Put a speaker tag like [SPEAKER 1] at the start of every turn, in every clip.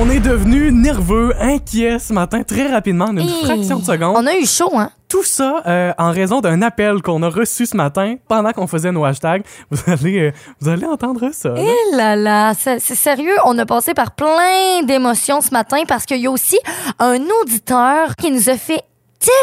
[SPEAKER 1] On est devenu nerveux, inquiet ce matin très rapidement, en une
[SPEAKER 2] Hey.
[SPEAKER 1] fraction de seconde.
[SPEAKER 2] On a eu chaud, hein?
[SPEAKER 1] Tout ça euh, en raison d'un appel qu'on a reçu ce matin pendant qu'on faisait nos hashtags. Vous allez, euh, vous allez entendre ça. là.
[SPEAKER 2] Eh là là, c'est c'est sérieux, on a passé par plein d'émotions ce matin parce qu'il y a aussi un auditeur qui nous a fait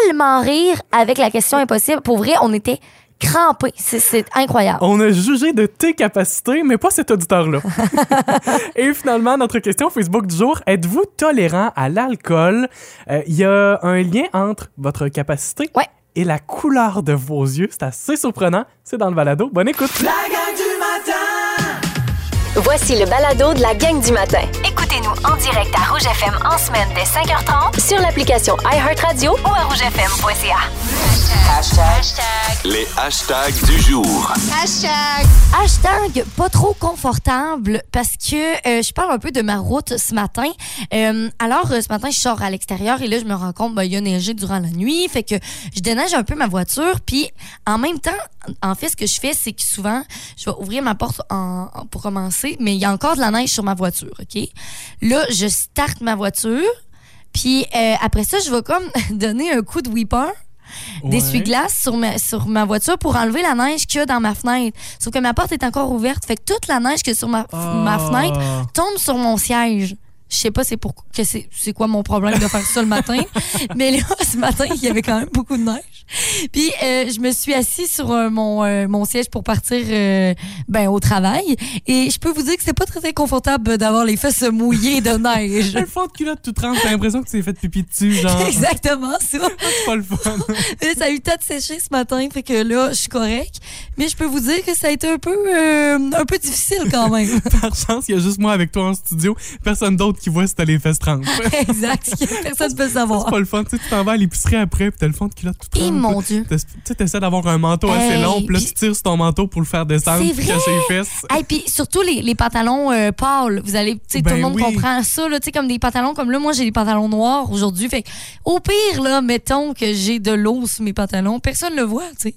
[SPEAKER 2] tellement rire avec la question impossible. Pour vrai, on était crampés. C'est- C'est incroyable.
[SPEAKER 1] On a jugé de tes capacités, mais pas cet auditeur-là. Et finalement, notre question Facebook du jour, êtes-vous tolérant à l'alcool? Euh, Il y a un lien entre votre capacité
[SPEAKER 2] Ouais.
[SPEAKER 1] et la couleur de vos yeux. C'est assez surprenant. C'est dans le balado. Bonne écoute.
[SPEAKER 3] Voici le balado de la gang du matin. Écoutez-nous en direct à Rouge FM en semaine dès 5h30 sur l'application iHeartRadio ou à rougefm.ca.
[SPEAKER 4] Les hashtags du jour.
[SPEAKER 2] Hashtag pas trop confortable parce que euh, je parle un peu de ma route ce matin. Euh, alors, euh, ce matin, je sors à l'extérieur et là, je me rends compte, ben, il a neigé durant la nuit. Fait que je déneige un peu ma voiture. Puis, en même temps, en fait, ce que je fais, c'est que souvent, je vais ouvrir ma porte en- en- pour commencer, mais il y a encore de la neige sur ma voiture, OK? Là, je starte ma voiture. Puis, euh, après ça, je vais comme donner un coup de whipper d'essuie-glace sur ma, sur ma voiture pour enlever la neige qu'il y a dans ma fenêtre. Sauf que ma porte est encore ouverte. Fait que toute la neige que sur ma, ma
[SPEAKER 1] Ah.
[SPEAKER 2] fenêtre tombe sur mon siège. Je sais pas c'est pour que c'est c'est quoi mon problème de faire ça le matin, mais là ce matin il y avait quand même beaucoup de neige. Puis euh, je me suis assise sur euh, mon euh, mon siège pour partir euh, ben au travail et je peux vous dire que c'est pas très inconfortable d'avoir les fesses mouillées de neige.
[SPEAKER 1] J'ai le fond de culotte tout trempe, j'ai l'impression que tu t'es fait pipi dessus, genre.
[SPEAKER 2] Exactement ça.
[SPEAKER 1] C'est pas le fun.
[SPEAKER 2] Mais ça a eu le temps de sécher ce matin, fait que là, je suis correcte. Mais je peux vous dire que ça a été un peu, euh, un peu difficile quand même.
[SPEAKER 1] Par chance, il y a juste moi avec toi en studio. Personne d'autre qui voit si t'as les fesses trempes. C'est
[SPEAKER 2] exact, ce que personne ne peut savoir.
[SPEAKER 1] pas le fun. Tu sais, tu t'en vas à l'épicerie après, puis t'as le fond de culotte tout
[SPEAKER 2] Et
[SPEAKER 1] trempe.
[SPEAKER 2] Eh, mon Dieu.
[SPEAKER 1] T'es- Tu sais, t'essaies d'avoir un manteau assez
[SPEAKER 2] Hey,
[SPEAKER 1] long, puis là,
[SPEAKER 2] puis-
[SPEAKER 1] tu tires sur ton manteau pour le faire descendre,
[SPEAKER 2] C'est
[SPEAKER 1] puis cacher les fesses.
[SPEAKER 2] Et puis surtout les, les pantalons euh, pâles, vous allez, tu sais, tout
[SPEAKER 1] Ben
[SPEAKER 2] le monde
[SPEAKER 1] oui.
[SPEAKER 2] comprend ça, là, tu sais, comme des pantalons comme là, moi j'ai des pantalons noirs aujourd'hui, fait que, au pire, là, mettons que j'ai de l'eau sur mes pantalons, personne ne le voit, tu sais.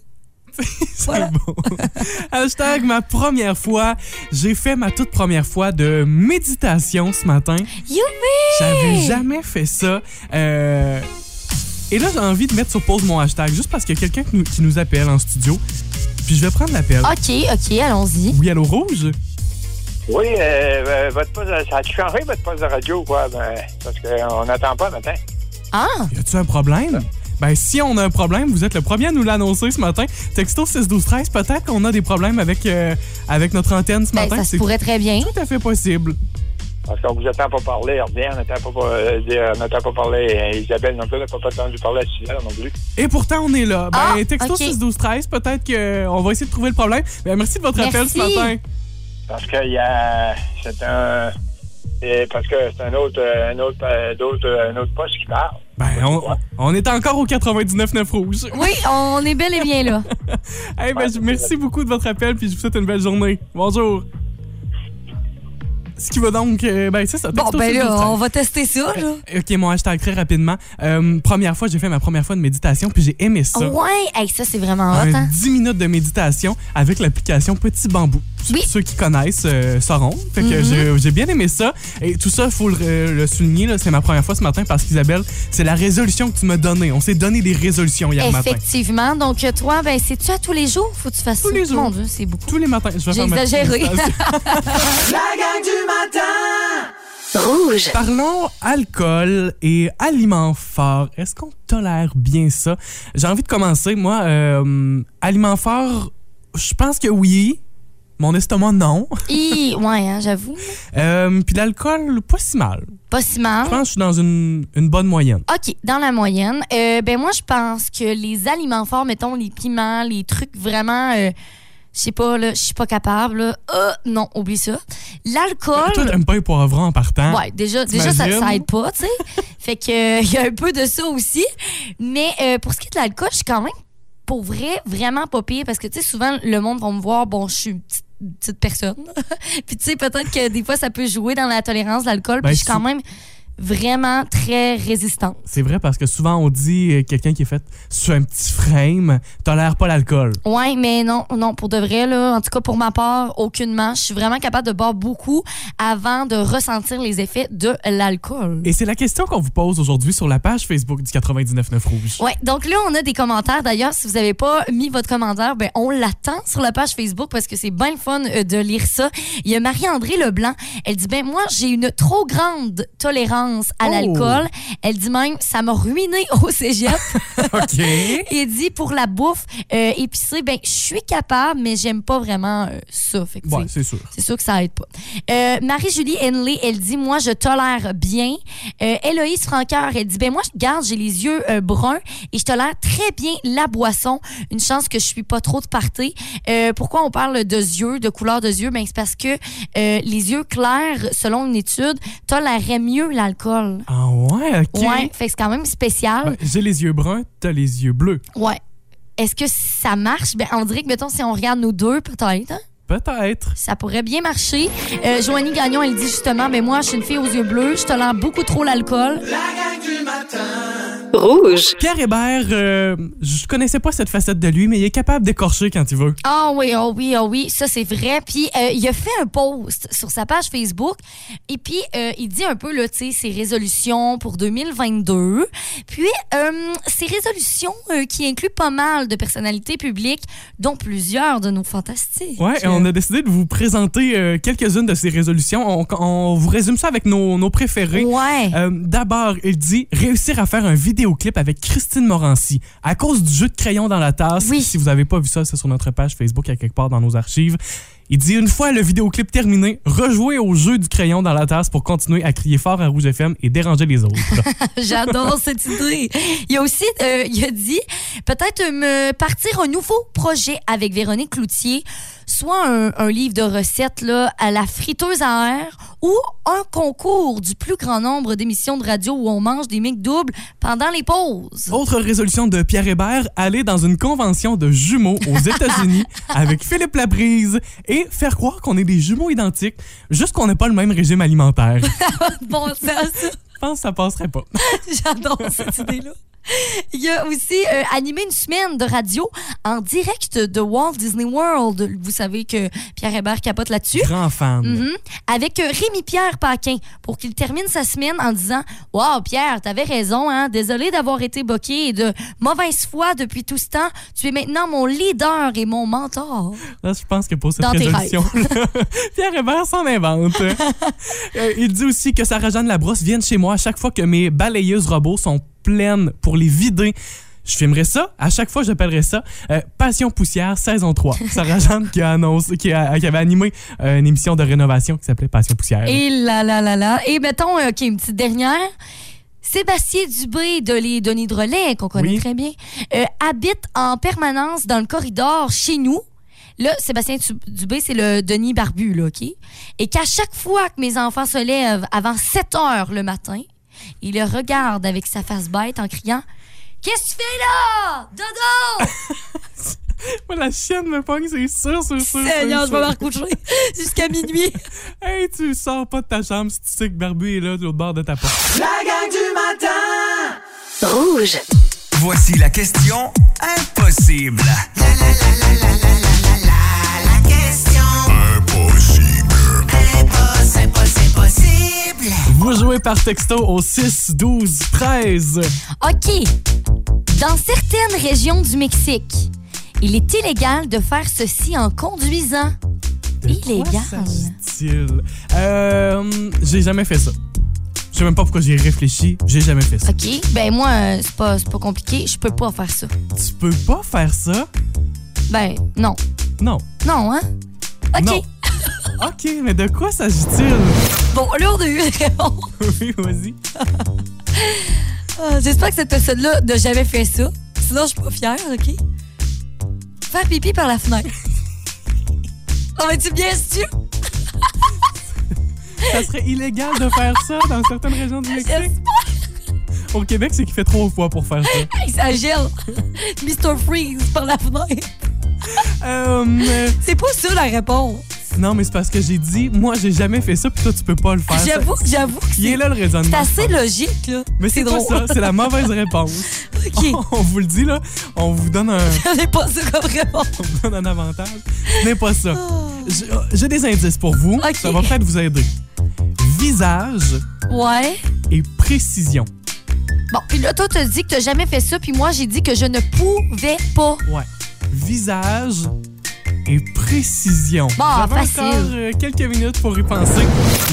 [SPEAKER 1] C'est bon. Hashtag ma première fois. J'ai fait ma toute première fois de méditation ce matin.
[SPEAKER 2] Youpi!
[SPEAKER 1] J'avais jamais fait ça. Euh, Et là, j'ai envie de mettre sur pause mon hashtag, juste parce qu'il y a quelqu'un qui nous, qui nous appelle en studio. Puis je vais prendre l'appel.
[SPEAKER 2] Ok, ok, allons-y.
[SPEAKER 1] Oui, allô, Rouge?
[SPEAKER 5] Oui, euh, euh, votre poste, de- ça a changé votre poste de radio, quoi, ben, parce qu'on n'attend pas maintenant.
[SPEAKER 2] Ah!
[SPEAKER 1] Y a-tu un problème? Ben, si on a un problème, vous êtes le premier à nous l'annoncer ce matin. Texto 612-13, peut-être qu'on a des problèmes avec, euh, avec notre antenne ce
[SPEAKER 2] Ben,
[SPEAKER 1] matin.
[SPEAKER 2] ça se
[SPEAKER 1] C'est
[SPEAKER 2] pourrait très bien.
[SPEAKER 1] tout à fait possible.
[SPEAKER 5] Parce qu'on vous attend pas parler, Herbien, on n'attend pas, euh, dire- on n'attend pas parler euh, Isabelle non plus, on n'a pas entendu parler à Suzanne non plus.
[SPEAKER 1] Et pourtant, on est là. Ben,
[SPEAKER 2] Ah,
[SPEAKER 1] texto
[SPEAKER 2] ok.
[SPEAKER 1] 612-13, peut-être qu'on va essayer de trouver le problème. Ben, merci de votre appel ce
[SPEAKER 2] Merci.
[SPEAKER 1] matin.
[SPEAKER 5] Parce que y a, c'est un, c'est parce que c'est un autre, euh, un autre, euh, d'autres, euh, un autre poste qui parle.
[SPEAKER 1] Ben, on, on est encore au 99.9 Rouge.
[SPEAKER 2] Oui, on est bel et bien là.
[SPEAKER 1] Hey, ben, je- merci beaucoup de votre appel, puis je vous souhaite une belle journée. Bonjour. Ce qui va donc... euh, ben, c'est ça.
[SPEAKER 2] Bon,
[SPEAKER 1] texto
[SPEAKER 2] ben
[SPEAKER 1] 612-13.
[SPEAKER 2] là, on va tester ça, là.
[SPEAKER 1] OK, mon hashtag très rapidement. Euh, première fois, j'ai fait ma première fois de méditation, puis j'ai aimé ça.
[SPEAKER 2] Ouais, hey, ça c'est vraiment hot,
[SPEAKER 1] Un
[SPEAKER 2] hein?
[SPEAKER 1] 10 minutes de méditation avec l'application Petit Bambou. Ceux-
[SPEAKER 2] Oui. Mm-hmm.
[SPEAKER 1] Ceux qui connaissent euh, sauront. Fait que j'ai- j'ai bien aimé ça. Et tout ça, il faut le, euh, le souligner, là, c'est ma première fois ce matin parce qu'Isabelle, c'est la résolution que tu m'as donnée. On s'est donné des résolutions hier matin.
[SPEAKER 2] Effectivement. Donc, toi, ben, c'est-tu à tous les jours? Faut que tu fasses
[SPEAKER 1] Tous
[SPEAKER 2] ça?
[SPEAKER 1] les jours.
[SPEAKER 2] Mon Dieu, c'est beaucoup.
[SPEAKER 1] Tous les matins, je vais
[SPEAKER 2] J'ai
[SPEAKER 1] faire ma petite
[SPEAKER 2] exagéré.
[SPEAKER 1] méditation.
[SPEAKER 3] Rouge.
[SPEAKER 1] Parlons alcool et aliments forts. Est-ce qu'on tolère bien ça? J'ai envie de commencer. Moi, euh, aliments forts, je pense que oui. Mon estomac, non.
[SPEAKER 2] Hi, ouais, hein, j'avoue.
[SPEAKER 1] Euh, Puis l'alcool, pas si mal.
[SPEAKER 2] Pas si
[SPEAKER 1] Je
[SPEAKER 2] mal.
[SPEAKER 1] pense que je suis dans une, une bonne moyenne.
[SPEAKER 2] OK, dans la moyenne. Euh, ben, moi, je pense que les aliments forts, mettons les piments, les trucs vraiment. euh, je sais pas, là, je suis pas capable. là. Ah, non, oublie ça.
[SPEAKER 1] Ben, Toi,
[SPEAKER 2] L'alcool.
[SPEAKER 1] t'aimes pas les poivrons en partant.
[SPEAKER 2] Ouais, déjà, déjà ça,
[SPEAKER 1] T'imagines?
[SPEAKER 2] ça aide pas, tu sais. fait que euh, il y a un peu de ça aussi. Mais euh, pour ce qui est de l'alcool, je suis quand même pour vrai vraiment pas pire parce que tu sais souvent le monde va me voir bon, je suis une petite, une petite personne. Puis tu sais peut-être que des fois ça peut jouer dans la tolérance de l'alcool,
[SPEAKER 1] Ben,
[SPEAKER 2] puis je suis
[SPEAKER 1] si-
[SPEAKER 2] quand même vraiment très résistante.
[SPEAKER 1] C'est vrai parce que souvent on dit euh, quelqu'un qui est fait sur un petit frame tolère pas l'alcool.
[SPEAKER 2] Ouais, mais non, non, pour de vrai, là, en tout cas pour ma part, aucunement. Je suis vraiment capable de boire beaucoup avant de ressentir les effets de l'alcool.
[SPEAKER 1] Et c'est la question qu'on vous pose aujourd'hui sur la page Facebook du 99.9 Rouge.
[SPEAKER 2] Ouais, donc là, on a des commentaires. D'ailleurs, si vous n'avez pas mis votre commentaire, ben, on l'attend sur la page Facebook parce que c'est bien le fun euh, de lire ça. Il y a Marie-André Leblanc. Elle dit, ben, moi, j'ai une trop grande tolérance à
[SPEAKER 1] Oh!
[SPEAKER 2] l'alcool. Elle dit même, ça m'a ruiné au cégep.
[SPEAKER 1] OK.
[SPEAKER 2] Et dit, pour la bouffe euh, épicée, ben, je suis capable, mais j'aime pas vraiment euh, ça. Fait que, tu
[SPEAKER 1] Ouais, c'est
[SPEAKER 2] sais,
[SPEAKER 1] sûr.
[SPEAKER 2] c'est sûr que ça aide pas. Euh, Marie-Julie Henley, elle dit Moi, je tolère bien. Euh, Héloïse Franqueur, elle dit Ben, moi, je garde, j'ai les yeux euh, bruns et je tolère très bien la boisson. Une chance que je suis pas trop de party. Euh, pourquoi on parle de yeux, de couleur de yeux Ben, c'est parce que euh, les yeux clairs, selon une étude, toléreraient mieux l'alcool.
[SPEAKER 1] Ah ouais, OK.
[SPEAKER 2] Ouais, fait que c'est quand même spécial.
[SPEAKER 1] Ben, J'ai les yeux bruns, t'as les yeux bleus.
[SPEAKER 2] Ouais. Est-ce que ça marche? Ben, on dirait que, mettons, si on regarde nous deux, peut-être, hein,
[SPEAKER 1] Peut-être.
[SPEAKER 2] ça pourrait bien marcher. Euh, Joanie Gagnon, elle dit justement, mais moi, je suis une fille aux yeux bleus, je tolère beaucoup trop l'alcool.
[SPEAKER 3] Rouge.
[SPEAKER 1] Pierre Hébert, euh, je connaissais pas cette facette de lui, mais il est capable d'écorcher quand il veut.
[SPEAKER 2] Ah oui, ah oui, ah oui, ça c'est vrai. Puis euh, il a fait un post sur sa page Facebook et puis euh, il dit un peu là, tu sais, ses résolutions pour 2022. Puis euh, ses résolutions euh, qui incluent pas mal de personnalités publiques, dont plusieurs de nos fantastiques.
[SPEAKER 1] Ouais, et on a décidé de vous présenter euh, quelques-unes de ses résolutions. On, on vous résume ça avec nos, nos préférés.
[SPEAKER 2] Ouais.
[SPEAKER 1] Euh, D'abord, il dit réussir à faire un vidéoclip avec Christine Morancy à cause du jeu de crayon dans la tasse.
[SPEAKER 2] Oui.
[SPEAKER 1] Si vous n'avez pas vu ça, c'est sur notre page Facebook, il y a quelque part dans nos archives. Il dit une fois le vidéoclip terminé, rejouez au jeu du crayon dans la tasse pour continuer à crier fort à Rouge FM et déranger les autres.
[SPEAKER 2] J'adore cette idée. Il a aussi euh, il a dit peut-être me partir un nouveau projet avec Véronique Cloutier, soit un, un livre de recettes là, à la friteuse à air ou un concours du plus grand nombre d'émissions de radio où on mange des mix doubles pendant les pauses.
[SPEAKER 1] Autre résolution de Pierre Hébert, aller dans une convention de jumeaux aux États-Unis avec Philippe Labrise et faire croire qu'on est des jumeaux identiques, juste qu'on n'a pas le même régime alimentaire. Je
[SPEAKER 2] Bon sens.
[SPEAKER 1] pense que ça passerait pas.
[SPEAKER 2] J'adore cette idée-là. Il y a aussi euh, animé une semaine de radio en direct de Walt Disney World. Vous savez que Pierre Hébert capote là-dessus.
[SPEAKER 1] Grand fan.
[SPEAKER 2] Mhm. Avec euh, Rémi-Pierre Paquin pour qu'il termine sa semaine en disant « Wow, Pierre, t'avais raison, hein? Désolé d'avoir été boqué et de mauvaise foi depuis tout ce temps. Tu es maintenant mon leader et mon mentor.
[SPEAKER 1] Là, je pense que pour cette
[SPEAKER 2] Dans tes
[SPEAKER 1] résolution, Pierre Hébert s'en invente. Euh, il dit aussi que Sarah-Jeanne Labrosse vienne chez moi à chaque fois que mes balayeuses robots sont pleines pour les vider. Je filmerai ça. À chaque fois, j'appellerai ça euh, Passion Poussière saison 3. Sarah-Jeanne qui, a annoncé- qui, a- qui avait animé euh, une émission de rénovation qui s'appelait Passion Poussière. »
[SPEAKER 2] Et là, là, là, là. Et mettons, euh, OK, une petite dernière. Sébastien Dubé de les Denis de Relais, qu'on connaît
[SPEAKER 1] Oui.
[SPEAKER 2] très bien, euh, habite en permanence dans le corridor chez nous. Là, Sébastien Tu- Dubé, c'est le Denis Barbu, là, OK? Et qu'à chaque fois que mes enfants se lèvent avant 7 heures le matin, il le regarde avec sa face bête en criant Qu'est-ce que tu fais là? Dodo!
[SPEAKER 1] Moi, la chienne me pogne, c'est sûr, c'est sûr. c'est
[SPEAKER 2] Seigneur, je vais me
[SPEAKER 1] sûr.
[SPEAKER 2] recoucher jusqu'à minuit.
[SPEAKER 1] Hey, tu sors pas de ta chambre si tu sais que Barbu est là, de l'autre bord de ta porte.
[SPEAKER 3] Rouge.
[SPEAKER 6] Voici la question impossible.
[SPEAKER 1] Vous jouez par texto au 6, 12, 13.
[SPEAKER 2] OK. Dans certaines régions du Mexique, il est illégal de faire ceci en conduisant.
[SPEAKER 1] De
[SPEAKER 2] Illégal.
[SPEAKER 1] quoi s'agit-il? Euh, j'ai jamais fait ça. Je sais même pas pourquoi j'y ai réfléchi. J'ai jamais fait ça.
[SPEAKER 2] OK. Ben moi, euh, c'est pas, c'est pas compliqué. Je peux pas faire ça.
[SPEAKER 1] Tu peux pas faire ça?
[SPEAKER 2] Ben non.
[SPEAKER 1] Non.
[SPEAKER 2] Non, hein? OK.
[SPEAKER 1] Non. OK, mais de quoi s'agit-il?
[SPEAKER 2] Bon, là, on a eu une réponse.
[SPEAKER 1] oui, vas-y.
[SPEAKER 2] Ah, J'espère que cette personne-là n'a jamais fait ça. Sinon, je suis pas fière, OK? Faire pipi par la fenêtre. Oh, mais tu bien sûr?
[SPEAKER 1] Ça serait illégal de faire ça dans certaines régions du Mexique.
[SPEAKER 2] J'espère
[SPEAKER 1] Au Québec, c'est qu'il fait trois fois pour faire ça.
[SPEAKER 2] que ça gèle. Mr. Freeze par la fenêtre.
[SPEAKER 1] Euh, euh,
[SPEAKER 2] C'est pas ça la réponse.
[SPEAKER 1] Non, mais c'est parce que j'ai dit, moi, j'ai jamais fait ça, puis toi, tu peux pas le faire. Ça-
[SPEAKER 2] J'avoue, j'avoue que
[SPEAKER 1] Il est
[SPEAKER 2] c'est
[SPEAKER 1] là le raisonnement.
[SPEAKER 2] c'est assez logique, là.
[SPEAKER 1] Mais c'est
[SPEAKER 2] c'est
[SPEAKER 1] pas
[SPEAKER 2] drôle.
[SPEAKER 1] ça, c'est la mauvaise réponse.
[SPEAKER 2] OK.
[SPEAKER 1] On vous le dit, là. On vous donne un,
[SPEAKER 2] J'avais pas ça comme réponse.
[SPEAKER 1] on vous donne un avantage. Ce n'est pas ça. J'ai- J'ai des indices pour vous.
[SPEAKER 2] Ok.
[SPEAKER 1] Ça va peut-être vous aider. Visage
[SPEAKER 2] Ouais.
[SPEAKER 1] et précision.
[SPEAKER 2] Bon, puis là, toi, t'as dit que t'as jamais fait ça, puis moi, j'ai dit que je ne pouvais pas.
[SPEAKER 1] Ouais. Visage et précision.
[SPEAKER 2] Bon,
[SPEAKER 1] Vous avez
[SPEAKER 2] Bah, facile.
[SPEAKER 1] encore euh, quelques minutes pour y penser.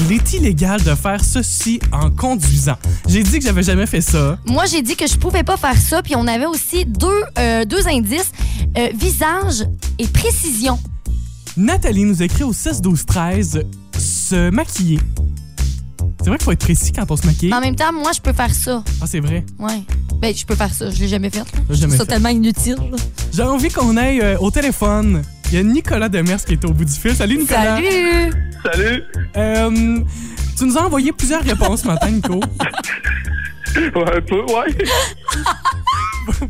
[SPEAKER 1] Il est illégal de faire ceci en conduisant. J'ai dit que j'avais jamais fait ça.
[SPEAKER 2] Moi, j'ai dit que je pouvais pas faire ça, puis on avait aussi deux, euh, deux indices, euh, visage et précision.
[SPEAKER 1] Nathalie nous écrit au 6 12 13 se maquiller. C'est vrai qu'il faut être précis quand on se maquille.
[SPEAKER 2] Mais en même temps, moi, je peux faire ça.
[SPEAKER 1] Ah, c'est vrai.
[SPEAKER 2] Ouais. Ben, je peux faire ça. Je l'ai jamais fait. là.
[SPEAKER 1] J'ai jamais
[SPEAKER 2] Je trouve ça
[SPEAKER 1] fait.
[SPEAKER 2] tellement inutile. là.
[SPEAKER 1] J'ai envie qu'on aille euh, au téléphone. Il y a Nicolas Demers qui est au bout du fil. Salut Nicolas.
[SPEAKER 2] Salut!
[SPEAKER 5] Salut!
[SPEAKER 1] Euh, tu nous as envoyé plusieurs réponses ce matin, Nico.
[SPEAKER 5] Ouais, un peu, ouais.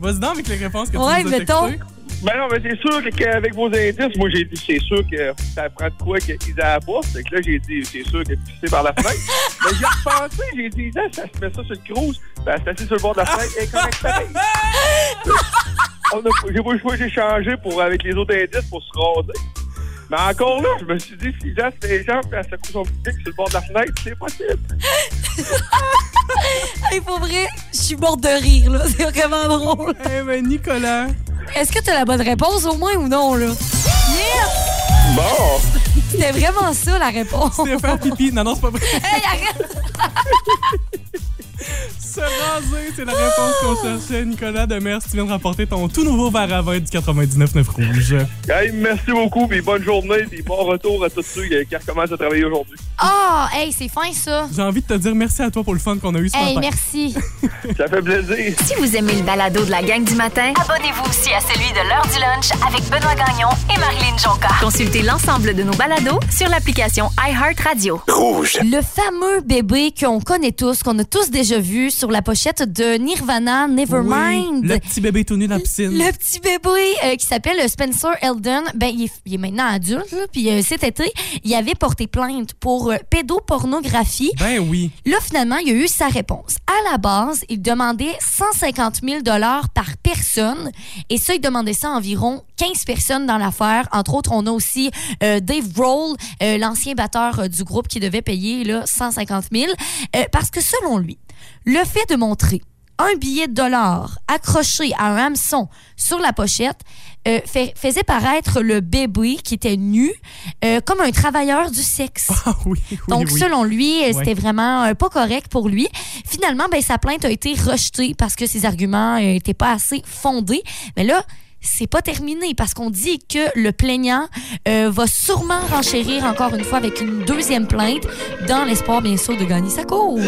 [SPEAKER 1] Vas-y donc avec les réponses que tu
[SPEAKER 2] Ouais,
[SPEAKER 1] nous as
[SPEAKER 2] mettons.
[SPEAKER 1] textées.
[SPEAKER 5] Ben non, mais c'est sûr que- qu'avec vos indices, moi j'ai dit c'est sûr que ça prend de quoi qu'ils a à boire. Fait que là, j'ai dit c'est sûr que pissé par la fenêtre. mais j'ai repensé, j'ai dit Isa, ça se met ça sur le cruise. Ben c'est assis sur le bord de la fenêtre et correct pareil. On a pas- J'ai pas eu le choix, j'ai changé pour, avec les autres indices pour se raser. Mais encore là, je me suis dit, si Isa se fait les jambes et elle secoue son petit pic sur le bord de la fenêtre, c'est possible.
[SPEAKER 2] Hey, pour vrai, je suis morte de rire, là. C'est vraiment drôle.
[SPEAKER 1] Eh ben Nicolas.
[SPEAKER 2] Est-ce que t'as la bonne réponse au moins ou non, là? Yes!
[SPEAKER 5] Bon!
[SPEAKER 2] C'était vraiment ça, la réponse.
[SPEAKER 1] Tu faire pipi. Non, non, c'est pas vrai.
[SPEAKER 2] Hey, arrête!
[SPEAKER 1] Se raser, c'est la réponse qu'on cherchait. Nicolas Demers, tu viens de rapporter ton tout nouveau verre à vin du 99.9 Rouge.
[SPEAKER 5] Hey, merci beaucoup, puis bonne journée, puis bon retour à tous ceux qui qui recommencent à travailler aujourd'hui.
[SPEAKER 2] Ah, hey, c'est fin, ça.
[SPEAKER 1] J'ai envie de te dire merci à toi pour le fun qu'on a eu ce
[SPEAKER 2] Hey,
[SPEAKER 1] matin.
[SPEAKER 2] merci.
[SPEAKER 5] Ça fait plaisir.
[SPEAKER 3] Si vous aimez le balado de la gang du matin,
[SPEAKER 7] Abonnez-vous aussi à celui de l'heure du lunch avec Benoît Gagnon et Marilyn Jonca.
[SPEAKER 3] consultez l'ensemble de nos balados sur l'application iHeartRadio.
[SPEAKER 4] Rouge.
[SPEAKER 2] Le fameux bébé qu'on connaît tous, qu'on a tous déjà vu sur la pochette de Nirvana, Nevermind.
[SPEAKER 1] Oui, le petit bébé tout nu dans la piscine.
[SPEAKER 2] Le petit bébé euh, qui s'appelle euh, Spencer Eldon, ben, il, est, il est maintenant adulte, là, puis euh, cet été, il avait porté plainte pour euh, pédopornographie.
[SPEAKER 1] Ben oui.
[SPEAKER 2] Là, finalement, il y a eu sa réponse. À la base, il demandait 150 000 par personne, et ça, il demandait ça à environ 15 personnes dans l'affaire. Entre autres, on a aussi euh, Dave Grohl, euh, l'ancien batteur euh, du groupe, qui devait payer là, 150 000, euh, parce que selon lui, le fait de montrer un billet de dollar accroché à un hameçon sur la pochette euh, fait- faisait paraître le bébé qui était nu euh, comme un travailleur du sexe.
[SPEAKER 1] Ah oui, oui,
[SPEAKER 2] Donc,
[SPEAKER 1] oui.
[SPEAKER 2] selon lui, euh,
[SPEAKER 1] Ouais.
[SPEAKER 2] c'était vraiment euh, pas correct pour lui. Finalement, ben, sa plainte a été rejetée parce que ses arguments n'étaient pas assez fondés. Mais là, c'est pas terminé parce qu'on dit que le plaignant euh, va sûrement renchérir encore une fois avec une deuxième plainte dans l'espoir, bien sûr, de gagner sa cause.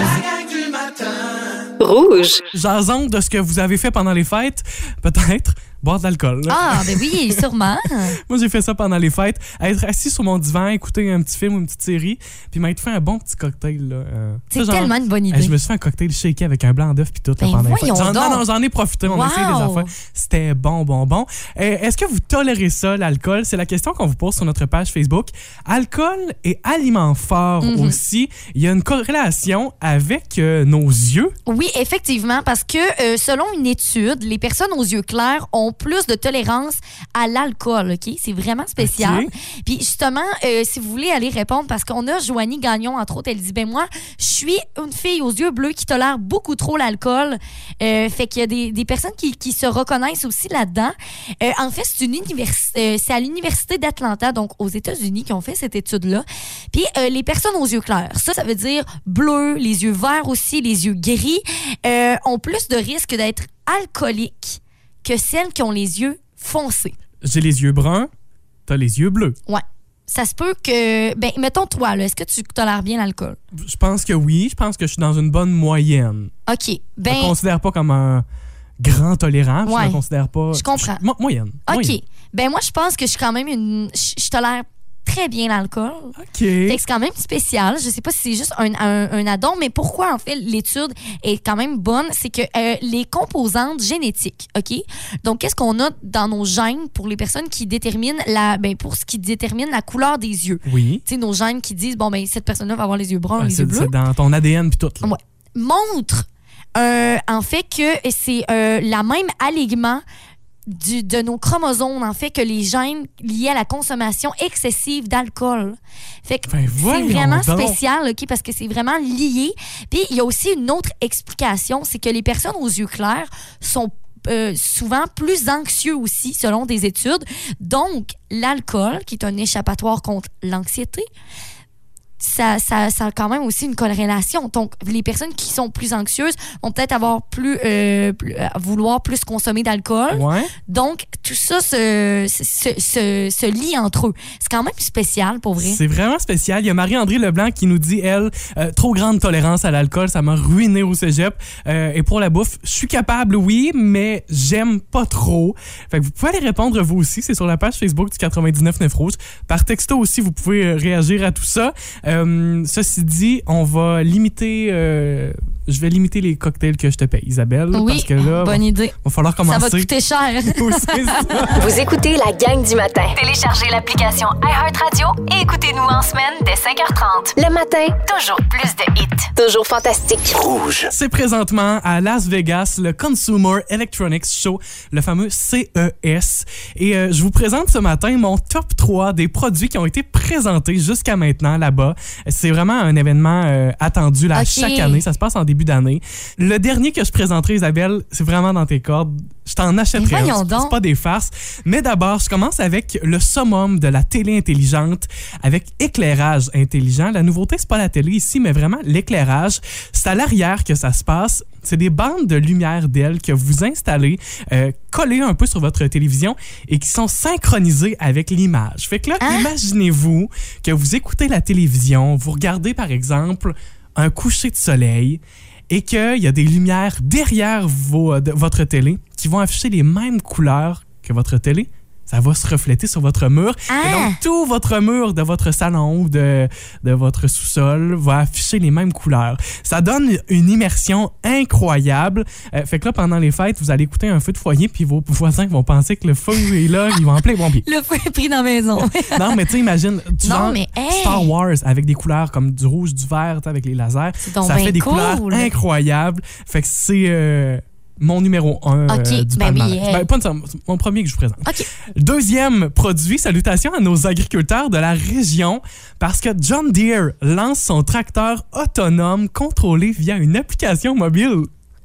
[SPEAKER 1] Jason, de ce que vous avez fait pendant les fêtes, peut-être boire de l'alcool. là.
[SPEAKER 2] Ah, ben oui, sûrement.
[SPEAKER 1] Moi, j'ai fait ça pendant les fêtes. Être assis sur mon divan, écouter un petit film ou une petite série, puis m'être fait un bon petit cocktail. là, euh,
[SPEAKER 2] C'est
[SPEAKER 1] ça, genre-
[SPEAKER 2] tellement une bonne
[SPEAKER 1] Hey,
[SPEAKER 2] idée.
[SPEAKER 1] je me suis fait un cocktail shaké avec un blanc d'œuf puis tout là,
[SPEAKER 2] Ben
[SPEAKER 1] pendant les
[SPEAKER 2] voyons
[SPEAKER 1] fêtes. J'en, non,
[SPEAKER 2] donc.
[SPEAKER 1] non, j'en ai profité. On a
[SPEAKER 2] Wow.
[SPEAKER 1] essayé des affaires. C'était bon, bon, bon. Euh, est-ce que vous tolérez ça, l'alcool? C'est la question qu'on vous pose sur notre page Facebook. Alcool et aliments forts
[SPEAKER 2] Mhm.
[SPEAKER 1] aussi. Il y a une corrélation avec euh, nos yeux.
[SPEAKER 2] Oui, effectivement, parce que euh, selon une étude, les personnes aux yeux clairs ont plus de tolérance à l'alcool, OK? C'est vraiment spécial.
[SPEAKER 1] Ok.
[SPEAKER 2] Puis justement, euh, si vous voulez aller répondre, parce qu'on a Joanie Gagnon, entre autres, elle dit, ben moi, je suis une fille aux yeux bleus qui tolère beaucoup trop l'alcool. Euh, fait qu'il y a des, des personnes qui, qui se reconnaissent aussi là-dedans. Euh, en fait, c'est une univers- euh, c'est à l'Université d'Atlanta, donc aux États-Unis, qui ont fait cette étude-là. Puis euh, les personnes aux yeux clairs, ça, ça veut dire bleu, les yeux verts aussi, les yeux gris, euh, ont plus de risques d'être alcooliques que celles qui ont les yeux foncés.
[SPEAKER 1] J'ai les yeux bruns, t'as les yeux bleus.
[SPEAKER 2] Ouais. Ça se peut que. Ben, mettons toi, là, est-ce que tu tolères bien l'alcool?
[SPEAKER 1] Je pense que oui. Je pense que je suis dans une bonne moyenne.
[SPEAKER 2] OK.
[SPEAKER 1] Je me
[SPEAKER 2] Ben,
[SPEAKER 1] considère pas comme un grand tolérant. Je
[SPEAKER 2] Ouais.
[SPEAKER 1] me considère pas.
[SPEAKER 2] Je comprends.
[SPEAKER 1] Mo- moyenne.
[SPEAKER 2] OK.
[SPEAKER 1] Moyenne.
[SPEAKER 2] Ben, moi, je pense que je suis quand même une. Je je tolère très bien l'alcool.
[SPEAKER 1] OK.
[SPEAKER 2] Fait que c'est quand même spécial. Je sais pas si c'est juste un, un, un addon, mais pourquoi en fait l'étude est quand même bonne, c'est que euh, les composantes génétiques, OK? Donc, qu'est-ce qu'on a dans nos gènes pour les personnes qui déterminent la. Ben, pour ce qui détermine la couleur des yeux?
[SPEAKER 1] Oui.
[SPEAKER 2] Tu sais, nos gènes qui disent, bon, ben, cette personne-là va avoir les yeux bruns,
[SPEAKER 1] Ah,
[SPEAKER 2] les yeux
[SPEAKER 1] c'est,
[SPEAKER 2] bleus
[SPEAKER 1] c'est dans ton ADN puis tout. là.
[SPEAKER 2] Ouais. montre euh, en fait que c'est euh, la même alignement du- de nos chromosomes, en fait, que les gènes liés à la consommation excessive d'alcool. Fait que
[SPEAKER 1] Ben,
[SPEAKER 2] c'est
[SPEAKER 1] voyons
[SPEAKER 2] vraiment
[SPEAKER 1] donc.
[SPEAKER 2] spécial, OK, parce que c'est vraiment lié. Puis il y a aussi une autre explication, c'est que les personnes aux yeux clairs sont euh, souvent plus anxieux aussi, selon des études. Donc, l'alcool, qui est un échappatoire contre l'anxiété, ça, ça, ça a quand même aussi une corrélation. Donc, les personnes qui sont plus anxieuses vont peut-être avoir plus, euh, plus- euh, vouloir plus consommer d'alcool.
[SPEAKER 1] Ouais.
[SPEAKER 2] Donc, tout ça se, se, se- se lie entre eux. C'est quand même spécial, pour vrai.
[SPEAKER 1] C'est vraiment spécial. Il y a Marie-André Leblanc qui nous dit, elle, euh, trop grande tolérance à l'alcool, ça m'a ruiné au cégep. Euh, et pour la bouffe, je suis capable, oui, mais j'aime pas trop. Fait que vous pouvez aller répondre vous aussi. C'est sur la page Facebook du 99.9 Rouge. Par texto aussi, vous pouvez euh, réagir à tout ça. Euh, ceci dit, on va limiter... euh, je vais limiter les cocktails que je te paye, Isabelle.
[SPEAKER 2] Oui, Ah,
[SPEAKER 1] parce que là,
[SPEAKER 2] bonne idée.
[SPEAKER 1] va falloir
[SPEAKER 2] Ça va
[SPEAKER 1] commencer.
[SPEAKER 2] coûter cher.
[SPEAKER 1] Oui, c'est ça.
[SPEAKER 3] Vous écoutez la gang du matin.
[SPEAKER 7] Téléchargez l'application iHeartRadio et écoutez-nous en semaine dès 5h30.
[SPEAKER 3] Le matin,
[SPEAKER 7] Toujours plus de hits.
[SPEAKER 3] toujours fantastique.
[SPEAKER 4] Rouge.
[SPEAKER 1] C'est présentement à Las Vegas le Consumer Electronics Show, le fameux CES. Et euh, je vous présente ce matin mon top 3 des produits qui ont été présentés jusqu'à maintenant là-bas. C'est vraiment un événement euh, attendu là,
[SPEAKER 2] Ok.
[SPEAKER 1] chaque année. Ça se passe en début d'année. Le dernier que je présenterai, Isabelle, c'est vraiment dans tes cordes. Je t'en achèterai.
[SPEAKER 2] Mais
[SPEAKER 1] un.
[SPEAKER 2] voyons
[SPEAKER 1] C'est-
[SPEAKER 2] donc.
[SPEAKER 1] C'est pas des farces. Mais d'abord, je commence avec le summum de la télé intelligente avec éclairage intelligent. La nouveauté, c'est pas la télé ici, mais vraiment l'éclairage. C'est à l'arrière que ça se passe. C'est des bandes de lumière d'ailes que vous installez, euh, collées un peu sur votre télévision et qui sont synchronisées avec l'image. Fait que là,
[SPEAKER 2] Hein?
[SPEAKER 1] imaginez-vous que vous écoutez la télévision, vous regardez par exemple un coucher de soleil et qu'il y a des lumières derrière vos- euh, de- votre télé qui vont afficher les mêmes couleurs que votre télé. Ça va se refléter sur votre mur. Et
[SPEAKER 2] Ah!
[SPEAKER 1] donc, tout votre mur de votre salon ou de, de votre sous-sol va afficher les mêmes couleurs. Ça donne une immersion incroyable. Euh, fait que là, pendant les fêtes, vous allez écouter un feu de foyer, puis vos voisins vont penser que le feu est là, ils vont appeler les pompiers.
[SPEAKER 2] Le feu est pris dans la maison.
[SPEAKER 1] Non, mais tu sais, imagine, du
[SPEAKER 2] Non,
[SPEAKER 1] genre
[SPEAKER 2] mais hey!
[SPEAKER 1] Star Wars avec des couleurs comme du rouge, du vert, tu sais, avec les lasers.
[SPEAKER 2] donc
[SPEAKER 1] Ça
[SPEAKER 2] ben
[SPEAKER 1] fait des
[SPEAKER 2] cool.
[SPEAKER 1] couleurs incroyables. Fait que c'est euh, mon numéro un
[SPEAKER 2] Ok,
[SPEAKER 1] euh, du
[SPEAKER 2] ben oui,
[SPEAKER 1] palmarès.
[SPEAKER 2] hey.
[SPEAKER 1] Ben, pas nécessairement, c'est mon premier que je vous présente.
[SPEAKER 2] OK.
[SPEAKER 1] Deuxième produit, salutations à nos agriculteurs de la région parce que John Deere lance son tracteur autonome contrôlé via une application mobile.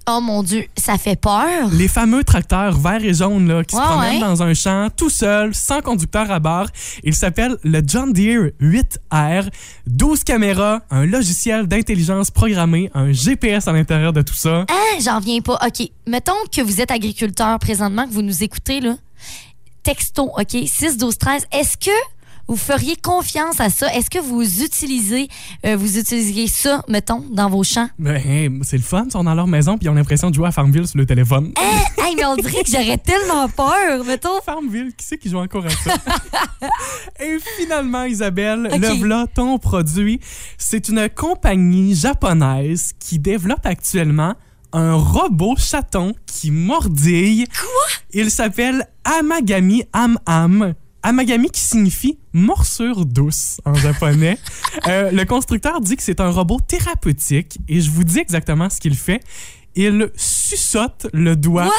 [SPEAKER 2] Oh mon Dieu, ça fait peur.
[SPEAKER 1] Les fameux tracteurs verts et jaunes là, qui
[SPEAKER 2] Ouais,
[SPEAKER 1] se promènent
[SPEAKER 2] ouais.
[SPEAKER 1] dans un champ tout seul, sans conducteur à bord. Il s'appelle le John Deere 8R. 12 caméras, un logiciel d'intelligence programmée, un GPS à l'intérieur de tout ça.
[SPEAKER 2] Ah, j'en viens pas. OK. Mettons que vous êtes agriculteur présentement, que vous nous écoutez, là. Texto, OK? 6, 12, 13. Est-ce que vous feriez confiance à ça? Est-ce que vous utilisez, euh, vous utiliseriez ça, mettons, dans vos champs?
[SPEAKER 1] Ben, hey, c'est le fun, ils sont dans leur maison puis ils ont l'impression de jouer à Farmville sur le téléphone.
[SPEAKER 2] Hein? hey, mais on dirait que j'aurais tellement peur, mettons.
[SPEAKER 1] Farmville, qui c'est qui joue encore à ça? Et finalement, Isabelle,
[SPEAKER 2] Ok.
[SPEAKER 1] le v'là ton produit. C'est une compagnie japonaise qui développe actuellement un robot chaton qui mordille. Quoi? Il s'appelle Amagami Am Am. Amagami qui signifie morsure douce en japonais. Euh, le constructeur dit que c'est un robot thérapeutique et je vous dis exactement ce qu'il fait. Il suçote le doigt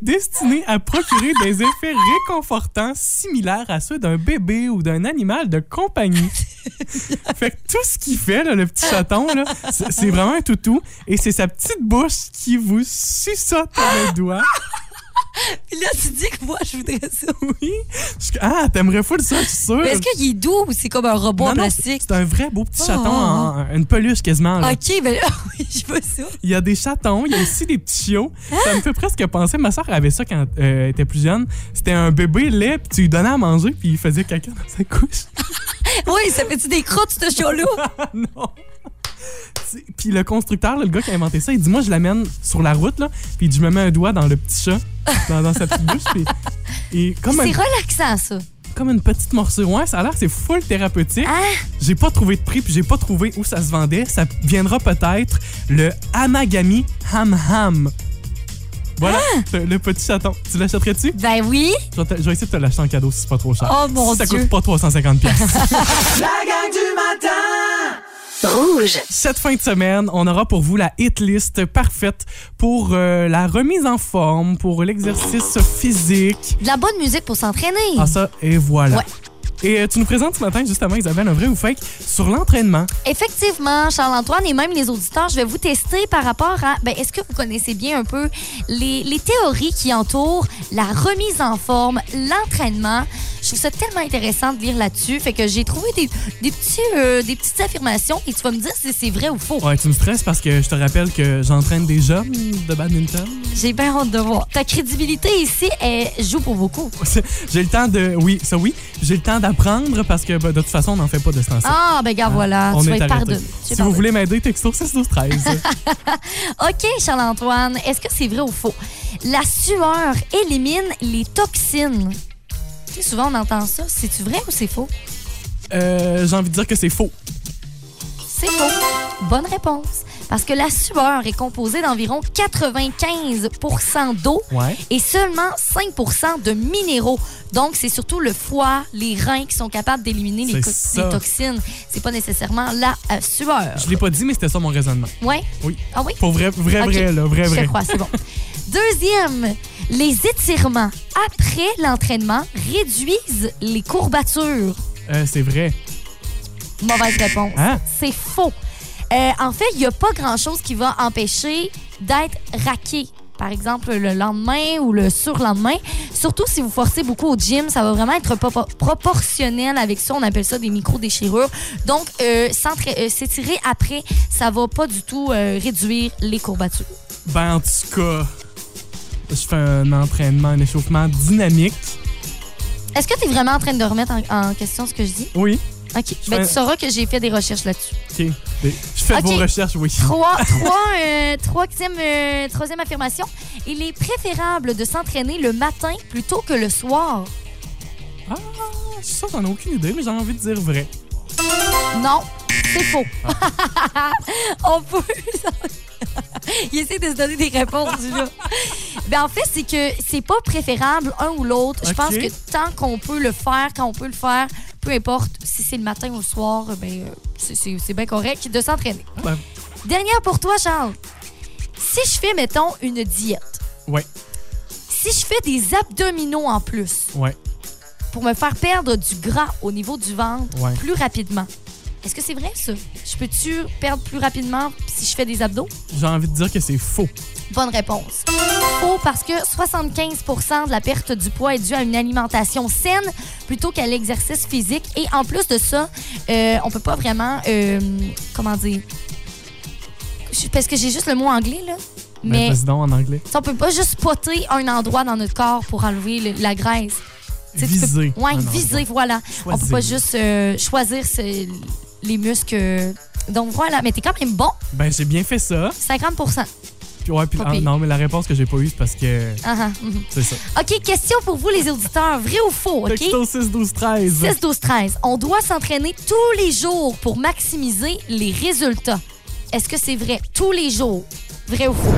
[SPEAKER 1] destiné à procurer des effets réconfortants similaires à ceux d'un bébé ou d'un animal de compagnie. fait que tout ce qu'il fait, là, le petit chaton, là, c'est c'est vraiment un toutou et c'est sa petite bouche qui vous suçote le doigt.
[SPEAKER 2] Là, tu dis que moi, je voudrais ça.
[SPEAKER 1] Oui. Je- Ah, t'aimerais fou ça, je suis sûr.
[SPEAKER 2] Mais est-ce qu'il est doux ou c'est comme un robot
[SPEAKER 1] Non,
[SPEAKER 2] en
[SPEAKER 1] non,
[SPEAKER 2] plastique?
[SPEAKER 1] c'est un vrai beau petit
[SPEAKER 2] Oh.
[SPEAKER 1] chaton, en- en- une peluche quasiment. là.
[SPEAKER 2] OK, ben là, oui, je vois ça.
[SPEAKER 1] Il y a des chatons, il y a aussi des petits chiots.
[SPEAKER 2] Hein?
[SPEAKER 1] Ça me fait presque penser, ma soeur avait ça quand euh, elle était plus jeune. C'était un bébé lait, puis tu lui donnais à manger, puis il faisait caca dans sa couche.
[SPEAKER 2] Oui, ça fait-tu des crottes, ce chat-là?
[SPEAKER 1] Ah non! C'est- Puis le constructeur, là, le gars qui a inventé ça, il dit Moi, je l'amène sur la route, là, puis il dit, je me mets un doigt dans le petit chat, dans, dans sa petite bouche, puis. Et comme un,
[SPEAKER 2] C'est relaxant, ça.
[SPEAKER 1] comme une petite morsure. Ouais, ça a l'air, c'est full thérapeutique.
[SPEAKER 2] Ah!
[SPEAKER 1] J'ai pas trouvé de prix, puis j'ai pas trouvé où ça se vendait. Ça viendra peut-être le Amagami Ham Ham. Voilà,
[SPEAKER 2] Ah!
[SPEAKER 1] le- le petit chaton. Tu l'achèterais-tu?
[SPEAKER 2] Ben oui.
[SPEAKER 1] Je vais, te- je vais essayer de te l'acheter en cadeau si c'est pas trop cher.
[SPEAKER 2] Oh, mon
[SPEAKER 1] si ça
[SPEAKER 2] Dieu.
[SPEAKER 1] coûte pas 350 pièces.
[SPEAKER 8] La gang du matin!
[SPEAKER 3] Rouge.
[SPEAKER 1] Cette fin de semaine, on aura pour vous la hit list parfaite pour euh, la remise en forme, pour l'exercice physique.
[SPEAKER 2] De la bonne musique pour s'entraîner.
[SPEAKER 1] Ah ça, et voilà.
[SPEAKER 2] Ouais.
[SPEAKER 1] Et euh, tu nous présentes ce matin, justement, Isabelle, un vrai ou fake sur l'entraînement.
[SPEAKER 2] Effectivement, Charles-Antoine et même les auditeurs, je vais vous tester par rapport à. Ben, Est-ce que vous connaissez bien un peu les, les théories qui entourent la remise en forme, l'entraînement? Je trouve ça tellement intéressant de lire là-dessus. Fait que j'ai trouvé des, des, petits, euh, des petites affirmations et tu vas me dire si c'est vrai ou faux.
[SPEAKER 1] Ouais, tu me stresses parce que je te rappelle que j'entraîne des jeunes de badminton.
[SPEAKER 2] J'ai bien hâte de voir. Ta crédibilité ici, elle joue pour beaucoup.
[SPEAKER 1] J'ai le temps de... Oui, ça oui. J'ai le temps d'apprendre parce que bah, de toute façon, on n'en fait pas de ce temps
[SPEAKER 2] Ah, ben, gars, voilà.
[SPEAKER 1] on
[SPEAKER 2] tu
[SPEAKER 1] est
[SPEAKER 2] vas être
[SPEAKER 1] arrêté.
[SPEAKER 2] pardonné. Tu es
[SPEAKER 1] Si vous
[SPEAKER 2] pardonné.
[SPEAKER 1] voulez m'aider, texto 612-13.
[SPEAKER 2] OK, Charles-Antoine, est-ce que c'est vrai ou faux? La sueur élimine les toxines. Tu sais, souvent, on entend ça. C'est-tu vrai ou c'est faux?
[SPEAKER 1] Euh, j'ai envie de dire que c'est faux.
[SPEAKER 2] C'est faux. Bonne réponse. Parce que la sueur est composée d'environ 95 d'eau
[SPEAKER 1] Ouais.
[SPEAKER 2] et seulement 5 de minéraux. Donc, c'est surtout le foie, les reins qui sont capables d'éliminer les,
[SPEAKER 1] C'est
[SPEAKER 2] co-
[SPEAKER 1] ça.
[SPEAKER 2] les toxines. C'est pas nécessairement la euh, sueur.
[SPEAKER 1] Je l'ai pas dit, mais c'était ça mon raisonnement.
[SPEAKER 2] Ouais?
[SPEAKER 1] Oui.
[SPEAKER 2] Ah oui?
[SPEAKER 1] Pour vrai, vrai,
[SPEAKER 2] Ok,
[SPEAKER 1] vrai, là, vrai,
[SPEAKER 2] Je te
[SPEAKER 1] vrai.
[SPEAKER 2] crois, c'est bon. Deuxième, les étirements après l'entraînement réduisent les courbatures.
[SPEAKER 1] Euh, c'est vrai.
[SPEAKER 2] Mauvaise réponse.
[SPEAKER 1] Hein?
[SPEAKER 2] C'est faux. Euh, en fait, il n'y a pas grand-chose qui va empêcher d'être raqué. Par exemple, le lendemain ou le surlendemain. Surtout si vous forcez beaucoup au gym, ça va vraiment être propo- proportionnel avec ça. On appelle ça des micro-déchirures. Donc, euh, s'entra- euh, s'étirer après, ça va pas du tout euh, réduire les courbatures.
[SPEAKER 1] Ben, en tout cas, je fais un entraînement, un échauffement dynamique.
[SPEAKER 2] Est-ce que tu es vraiment en train de remettre en, en question ce que je dis?
[SPEAKER 1] Oui.
[SPEAKER 2] OK.
[SPEAKER 1] Je
[SPEAKER 2] Ben,
[SPEAKER 1] fais-
[SPEAKER 2] tu sauras que j'ai fait des recherches là-dessus.
[SPEAKER 1] OK. Mais Je fais
[SPEAKER 2] Ok.
[SPEAKER 1] vos recherches, oui.
[SPEAKER 2] Trois, trois, euh, troisième, euh, troisième affirmation. Il est préférable de s'entraîner le matin plutôt que le soir.
[SPEAKER 1] Ah, je suis sûr, j'en ai aucune idée, mais j'ai envie de dire vrai.
[SPEAKER 2] Non, c'est faux. On peut. Il essaie de se donner des réponses, là. Ben, en fait, c'est que c'est pas préférable un ou l'autre. Je pense
[SPEAKER 1] Ok.
[SPEAKER 2] que tant qu'on peut le faire, quand on peut le faire, peu importe si c'est le matin ou le soir, ben, euh, c'est- c'est c'est bien correct de s'entraîner.
[SPEAKER 1] Ben,
[SPEAKER 2] Dernière pour toi, Charles. Si je fais, mettons, une diète.
[SPEAKER 1] Ouais.
[SPEAKER 2] Si je fais des abdominaux en plus
[SPEAKER 1] ouais,
[SPEAKER 2] pour me faire perdre du gras au niveau du ventre
[SPEAKER 1] Ouais.
[SPEAKER 2] plus rapidement. Est-ce que c'est vrai, ça? Je peux-tu perdre plus rapidement si je fais des abdos?
[SPEAKER 1] j'ai envie de dire que c'est faux.
[SPEAKER 2] Bonne réponse. Faux parce que 75 de la perte du poids est due à une alimentation saine plutôt qu'à l'exercice physique. Et en plus de ça, euh, on peut pas vraiment... euh, comment dire? Je- Parce que j'ai juste le mot anglais, là.
[SPEAKER 1] Mais
[SPEAKER 2] Mais
[SPEAKER 1] Ben, vas-y donc en anglais.
[SPEAKER 2] tu sais, on peut pas juste poter un endroit dans notre corps pour enlever le- la graisse. Tu sais, tu peux-
[SPEAKER 1] Viser.
[SPEAKER 2] Ouais,
[SPEAKER 1] un
[SPEAKER 2] viser, voilà. On peut
[SPEAKER 1] Choisir.
[SPEAKER 2] pas juste euh, choisir ce- les muscles. euh, Donc voilà, mais t'es quand même bon,
[SPEAKER 1] endroit. Ben, j'ai bien fait ça.
[SPEAKER 2] 50
[SPEAKER 1] Puis, ouais, puis,
[SPEAKER 2] Pas
[SPEAKER 1] ah,
[SPEAKER 2] pire.
[SPEAKER 1] non, mais la réponse que j'ai pas eue, c'est parce que
[SPEAKER 2] Ah, ah, mhm.
[SPEAKER 1] c'est ça.
[SPEAKER 2] OK, question pour vous, les auditeurs. Vrai ou faux, OK?
[SPEAKER 1] Texto 6 12 13.
[SPEAKER 2] 6, 12, 13. On doit s'entraîner tous les jours pour maximiser les résultats. Est-ce que c'est vrai? Tous les jours. Vrai ou faux?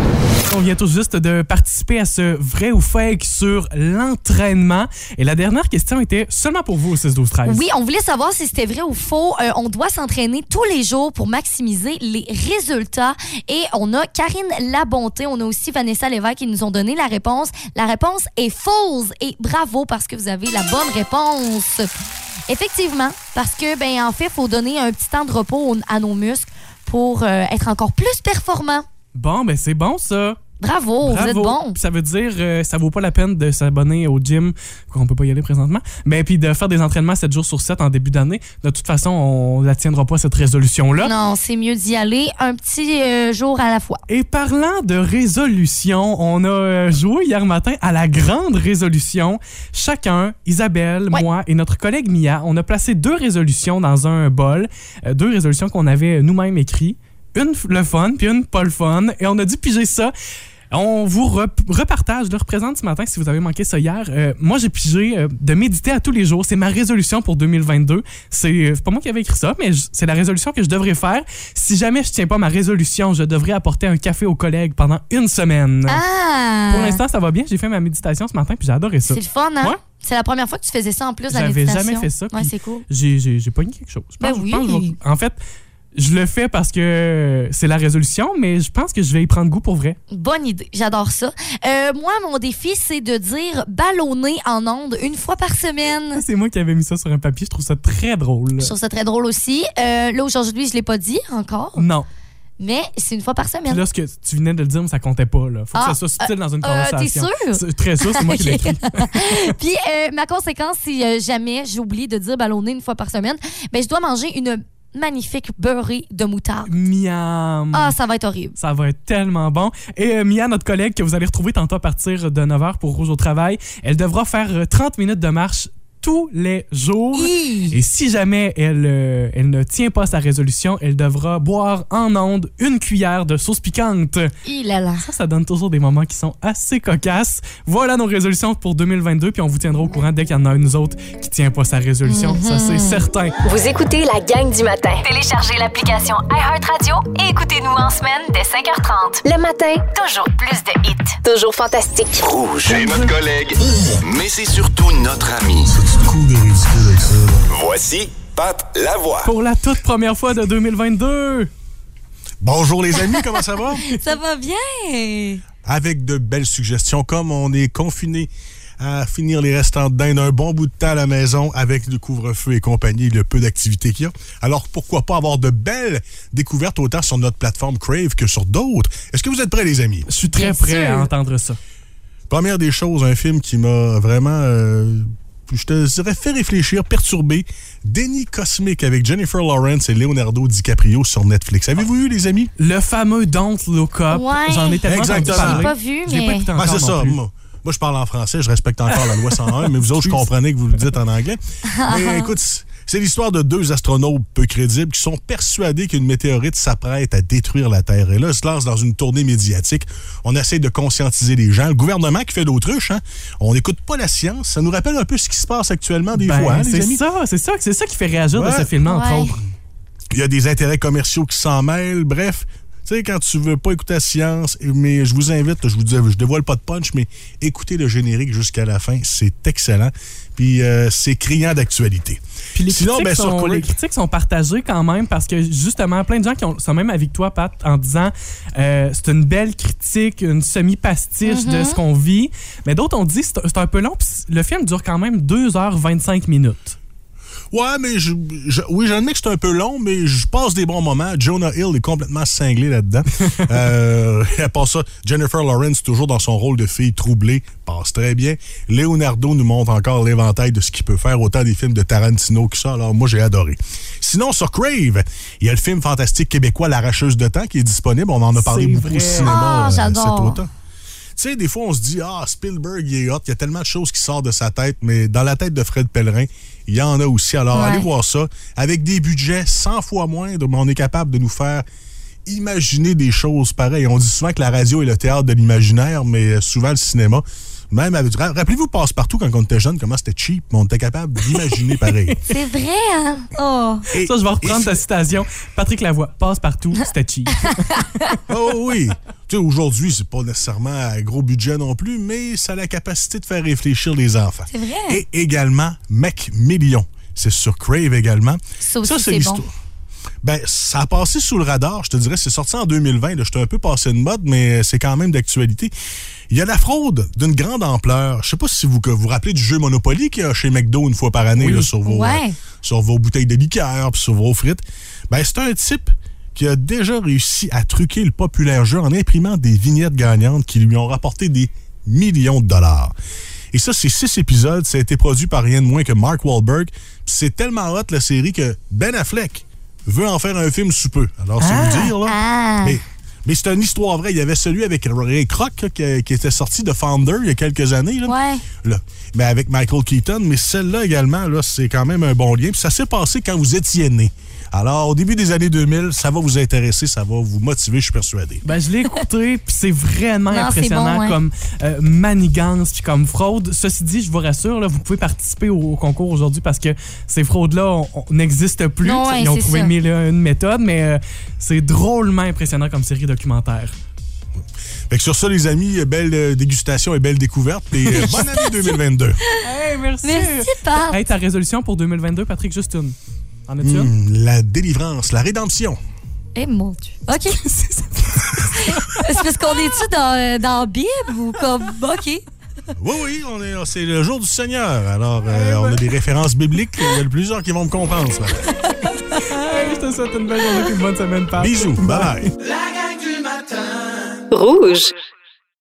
[SPEAKER 1] On vient tout juste de participer à ce vrai ou fake sur l'entraînement. Et la dernière question était seulement pour vous au 6 12 13
[SPEAKER 2] Oui, on voulait savoir si c'était vrai ou faux. Euh, on doit s'entraîner tous les jours pour maximiser les résultats. Et on a Karine Labonté, on a aussi Vanessa Lévesque qui nous ont donné la réponse. La réponse est fausse et bravo parce que vous avez la bonne réponse. Effectivement, parce que, ben, en fait, faut donner un petit temps de repos au- à nos muscles pour euh, être encore plus performants.
[SPEAKER 1] Bon, ben c'est bon ça.
[SPEAKER 2] Bravo, vous
[SPEAKER 1] Bravo.
[SPEAKER 2] êtes bons.
[SPEAKER 1] Puis Ça veut dire euh, ça vaut pas la peine de s'abonner au gym, qu'on peut pas y aller présentement, mais puis de faire des entraînements 7 jours sur 7 en début d'année. De toute façon, on la tiendra pas cette résolution là.
[SPEAKER 2] Non, c'est mieux d'y aller un petit euh, jour à la fois.
[SPEAKER 1] Et parlant de résolution, on a euh, joué hier matin à la grande résolution. Chacun, Isabelle,
[SPEAKER 2] Ouais.
[SPEAKER 1] moi et notre collègue Mia, on a placé deux résolutions dans un bol, Euh, deux résolutions qu'on avait nous-mêmes écrites. Une f- le fun, puis une pas le fun. Et on a dû piger ça. On vous rep- repartage, je le représente ce matin si vous avez manqué ça hier. Euh, moi, j'ai pigé euh, de méditer à tous les jours. C'est ma résolution pour 2022. C'est euh, c'est pas moi qui avais écrit ça, mais je- c'est la résolution que je devrais faire. Si jamais je tiens pas ma résolution, je devrais apporter un café aux collègues pendant une semaine.
[SPEAKER 2] Ah!
[SPEAKER 1] Ben, Pour l'instant, ça va bien. J'ai fait ma méditation ce matin puis j'ai adoré ça.
[SPEAKER 2] C'est le fun, hein?
[SPEAKER 1] Ouais.
[SPEAKER 2] C'est la première fois que tu faisais ça en plus, la
[SPEAKER 1] J'avais
[SPEAKER 2] méditation.
[SPEAKER 1] jamais fait ça,
[SPEAKER 2] Ouais,
[SPEAKER 1] puis-
[SPEAKER 2] c'est cool.
[SPEAKER 1] J'ai, j'ai, j'ai pogné quelque chose. Je
[SPEAKER 2] Ben
[SPEAKER 1] pense, je pense que je
[SPEAKER 2] oui.
[SPEAKER 1] vais- en fait, je le fais parce que c'est la résolution, mais je pense que je vais y prendre goût pour vrai.
[SPEAKER 2] Bonne idée. J'adore ça. Euh, moi, mon défi, c'est de dire ballonner en ondes une fois par semaine.
[SPEAKER 1] C'est moi qui avais mis ça sur un papier. Je trouve ça très drôle.
[SPEAKER 2] Je trouve ça très drôle aussi. Euh, là, aujourd'hui, je l'ai pas dit encore,
[SPEAKER 1] Non.
[SPEAKER 2] mais c'est une fois par
[SPEAKER 1] Puis
[SPEAKER 2] semaine.
[SPEAKER 1] là, ce que tu venais de le dire, mais ça comptait pas. Là. Faut
[SPEAKER 2] Ah,
[SPEAKER 1] que ça soit subtil dans une
[SPEAKER 2] euh,
[SPEAKER 1] conversation.
[SPEAKER 2] t'es sûr?
[SPEAKER 1] C'est- Très sûr, c'est moi qui l'ai
[SPEAKER 2] Ok.
[SPEAKER 1] écrit.
[SPEAKER 2] Puis euh, ma conséquence, si euh, jamais j'oublie de dire ballonner une fois par semaine, ben, je dois manger une magnifique beurrée de moutarde.
[SPEAKER 1] Miam.
[SPEAKER 2] Ah, ça va être horrible.
[SPEAKER 1] Ça va être tellement bon. Et euh, Mia, notre collègue que vous allez retrouver tantôt à partir de 9h pour Rouge au travail, elle devra faire euh, 30 minutes de marche tous les jours.
[SPEAKER 2] Hi!
[SPEAKER 1] Et si jamais elle, euh, elle ne tient pas sa résolution, elle devra boire en onde une cuillère de sauce piquante.
[SPEAKER 2] Hi là là.
[SPEAKER 1] Ça, ça donne toujours des moments qui sont assez cocasses. Voilà nos résolutions pour 2022, puis on vous tiendra au courant dès qu'il y en a une autre qui tient pas sa résolution. Ça,
[SPEAKER 2] Mm-hmm.
[SPEAKER 1] c'est certain.
[SPEAKER 3] Vous écoutez la gang du matin.
[SPEAKER 7] Téléchargez l'application iHeartRadio et écoutez-nous en semaine dès 5h30.
[SPEAKER 3] Le matin,
[SPEAKER 7] Toujours plus de hits.
[SPEAKER 3] toujours fantastique.
[SPEAKER 4] Rouge. C'est notre collègue, mais c'est surtout notre ami. Voici Pat Lavoie.
[SPEAKER 1] Pour la toute première fois de 2022,
[SPEAKER 9] Bonjour les amis, comment ça va?
[SPEAKER 2] Ça va bien!
[SPEAKER 9] Avec de belles suggestions, comme on est confiné à finir les restants de dinde un bon bout de temps à la maison avec le couvre-feu et compagnie, le peu d'activité qu'il y a. Alors pourquoi pas avoir de belles découvertes autant sur notre plateforme Crave que sur d'autres? Est-ce que vous êtes prêts les amis?
[SPEAKER 1] je suis très
[SPEAKER 2] Bien
[SPEAKER 1] prêt
[SPEAKER 2] sûr.
[SPEAKER 1] à entendre ça.
[SPEAKER 9] Première des choses, un film qui m'a vraiment, euh, je te dirais, fait réfléchir, perturbé. Déni cosmique avec Jennifer Lawrence et Leonardo DiCaprio sur Netflix. Avez-vous eu, les amis?
[SPEAKER 1] Le fameux Don't Look Up,
[SPEAKER 2] Ouais.
[SPEAKER 1] j'en ai tellement entendu
[SPEAKER 9] Exactement.
[SPEAKER 1] parler.
[SPEAKER 9] Je l'ai
[SPEAKER 2] pas vu,
[SPEAKER 1] Je l'ai
[SPEAKER 2] mais-
[SPEAKER 1] pas écouté
[SPEAKER 9] Ah,
[SPEAKER 1] encore
[SPEAKER 9] c'est
[SPEAKER 1] non
[SPEAKER 9] ça.
[SPEAKER 1] plus.
[SPEAKER 9] Moi, moi, je parle en français, je respecte encore la loi 101, mais vous autres, je comprenais que vous le dites en anglais. Mais écoute, c'est- c'est l'histoire de deux astronautes peu crédibles qui sont persuadés qu'une météorite s'apprête à détruire la Terre. Et là, ils se lancent dans une tournée médiatique. On essaie de conscientiser les gens. Le gouvernement qui fait l'autruche, hein, on n'écoute pas la science. Ça nous rappelle un peu ce qui se passe actuellement des
[SPEAKER 1] Ben,
[SPEAKER 9] fois, hein, les
[SPEAKER 1] c'est
[SPEAKER 9] amis?
[SPEAKER 1] ça, c'est ça, c'est ça qui fait réagir de
[SPEAKER 9] Ouais.
[SPEAKER 1] ce film, entre
[SPEAKER 2] Ouais.
[SPEAKER 1] autres.
[SPEAKER 9] Il y a des intérêts commerciaux qui s'en mêlent. Bref, tu sais, quand tu veux pas écouter la science, mais je vous invite, je vous dis, je dévoile pas de punch, mais écoutez le générique jusqu'à la fin. C'est excellent. Puis euh, c'est criant d'actualité.
[SPEAKER 1] Puis les,
[SPEAKER 9] Sinon,
[SPEAKER 1] critiques
[SPEAKER 9] ben, sur
[SPEAKER 1] sont,
[SPEAKER 9] Quake.
[SPEAKER 1] les critiques sont partagées quand même parce que justement, plein de gens qui ont, sont même avec toi, Pat, en disant euh, c'est une belle critique, une semi-pastiche de ce qu'on vit. Mais d'autres ont dit c'est c'est un peu long. puis le film dure quand même 2h25 minutes.
[SPEAKER 9] Ouais, mais je, je- oui, j'admets que c'est un peu long, mais je passe des bons moments. Jonah Hill est complètement cinglé là-dedans. euh, à part ça, Jennifer Lawrence, toujours dans son rôle de fille troublée, passe très bien. Leonardo nous montre encore l'éventail de ce qu'il peut faire, autant des films de Tarantino que ça. Alors, moi, j'ai adoré. Sinon, sur Crave, il y a le film fantastique québécois L'arracheuse de temps qui est disponible. On en a parlé
[SPEAKER 1] C'est
[SPEAKER 9] beaucoup
[SPEAKER 1] vrai.
[SPEAKER 9] au cinéma
[SPEAKER 2] Ah,
[SPEAKER 9] euh, cet
[SPEAKER 2] j'adore.
[SPEAKER 9] automne. Tu sais, des fois, on se dit, ah, Spielberg, il est hot, il y a tellement de choses qui sortent de sa tête, mais dans la tête de Fred Pellerin, il y en a aussi. Alors,
[SPEAKER 2] Ouais.
[SPEAKER 9] allez voir ça. Avec des budgets 100 fois moindres, mais on est capable de nous faire imaginer des choses pareilles. On dit souvent que la radio est le théâtre de l'imaginaire, mais souvent le cinéma. Même avec- ra- Rappelez-vous Passe-Partout, quand on était jeune, comment c'était cheap, mais on était capable d'imaginer pareil.
[SPEAKER 2] C'est vrai, hein? Oh!
[SPEAKER 9] Et-
[SPEAKER 1] Ça, je vais
[SPEAKER 9] et-
[SPEAKER 1] reprendre ta citation. Patrick Lavoie, passe partout, c'était cheap.
[SPEAKER 9] Oh oui! Tu sais, aujourd'hui, c'est pas nécessairement à gros budget non plus, mais ça a la capacité de faire réfléchir les enfants.
[SPEAKER 2] C'est vrai.
[SPEAKER 9] Et également, Mec Million. C'est sur Crave également.
[SPEAKER 2] Ça aussi, c'est bon.
[SPEAKER 9] Ben, ça a passé sous le radar, je te dirais. C'est sorti en 2020. là. J'étais un peu passé de mode, mais c'est quand même d'actualité. Il y a la fraude d'une grande ampleur. Je sais pas si vous que vous vous rappelez du jeu Monopoly qu'il y a chez McDo une fois par année là, sur, vos,
[SPEAKER 2] Ouais.
[SPEAKER 9] euh, sur vos bouteilles de liqueur puis sur vos frites. Ben, c'est un type qui a déjà réussi à truquer le populaire jeu en imprimant des vignettes gagnantes qui lui ont rapporté des millions de dollars. Et ça, c'est six épisodes. Ça a été produit par rien de moins que Mark Wahlberg. Puis C'est tellement hot la série que Ben Affleck veut en faire un film sous peu. Alors, c'est vous dire, là.
[SPEAKER 2] Ah.
[SPEAKER 9] Mais, mais c'est une histoire vraie. Il y avait celui avec Ray Kroc là, qui, qui était sorti de Founder il y a quelques années. Là.
[SPEAKER 2] Ouais.
[SPEAKER 9] Là. Mais avec Michael Keaton. Mais celle-là également, là, c'est quand même un bon lien. Puis ça s'est passé quand vous étiez né. Alors, au début des années 2000, ça va vous intéresser, ça va vous motiver, je suis persuadé.
[SPEAKER 1] Ben, je l'ai écouté, puis c'est vraiment
[SPEAKER 2] Non, c'est
[SPEAKER 1] impressionnant
[SPEAKER 2] bon, ouais.
[SPEAKER 1] comme euh, manigance puis comme fraude. Ceci dit, je vous rassure, là, vous pouvez participer au, au concours aujourd'hui parce que ces fraudes-là on- on- n'existent plus.
[SPEAKER 2] Non, ouais,
[SPEAKER 1] Ils ont
[SPEAKER 2] c'est
[SPEAKER 1] trouvé
[SPEAKER 2] ça.
[SPEAKER 1] mille et une méthode, mais euh, c'est drôlement impressionnant comme série documentaire.
[SPEAKER 9] Fait que sur ça, les amis, euh, belle euh, dégustation et belle découverte. Et euh, bonne année 2022.
[SPEAKER 1] Hey, merci!
[SPEAKER 2] Merci, Pat.
[SPEAKER 1] Hey, ta résolution pour 2022, Patrick, juste une. En as-tu une?
[SPEAKER 9] Hmm, la délivrance, la rédemption.
[SPEAKER 2] Eh mon Dieu. OK. c'est parce qu'on est-tu dans, euh, dans la Bible ou comme. OK.
[SPEAKER 9] Oui, oui, on est, oh, c'est le jour du Seigneur. Alors, euh, on a des références bibliques. Il y en a plusieurs qui vont me comprendre. ça.
[SPEAKER 1] Hey, je te souhaite une belle journée et une bonne semaine, Pat.
[SPEAKER 9] Bisous, bye.
[SPEAKER 8] La gang du matin.
[SPEAKER 3] Rouge.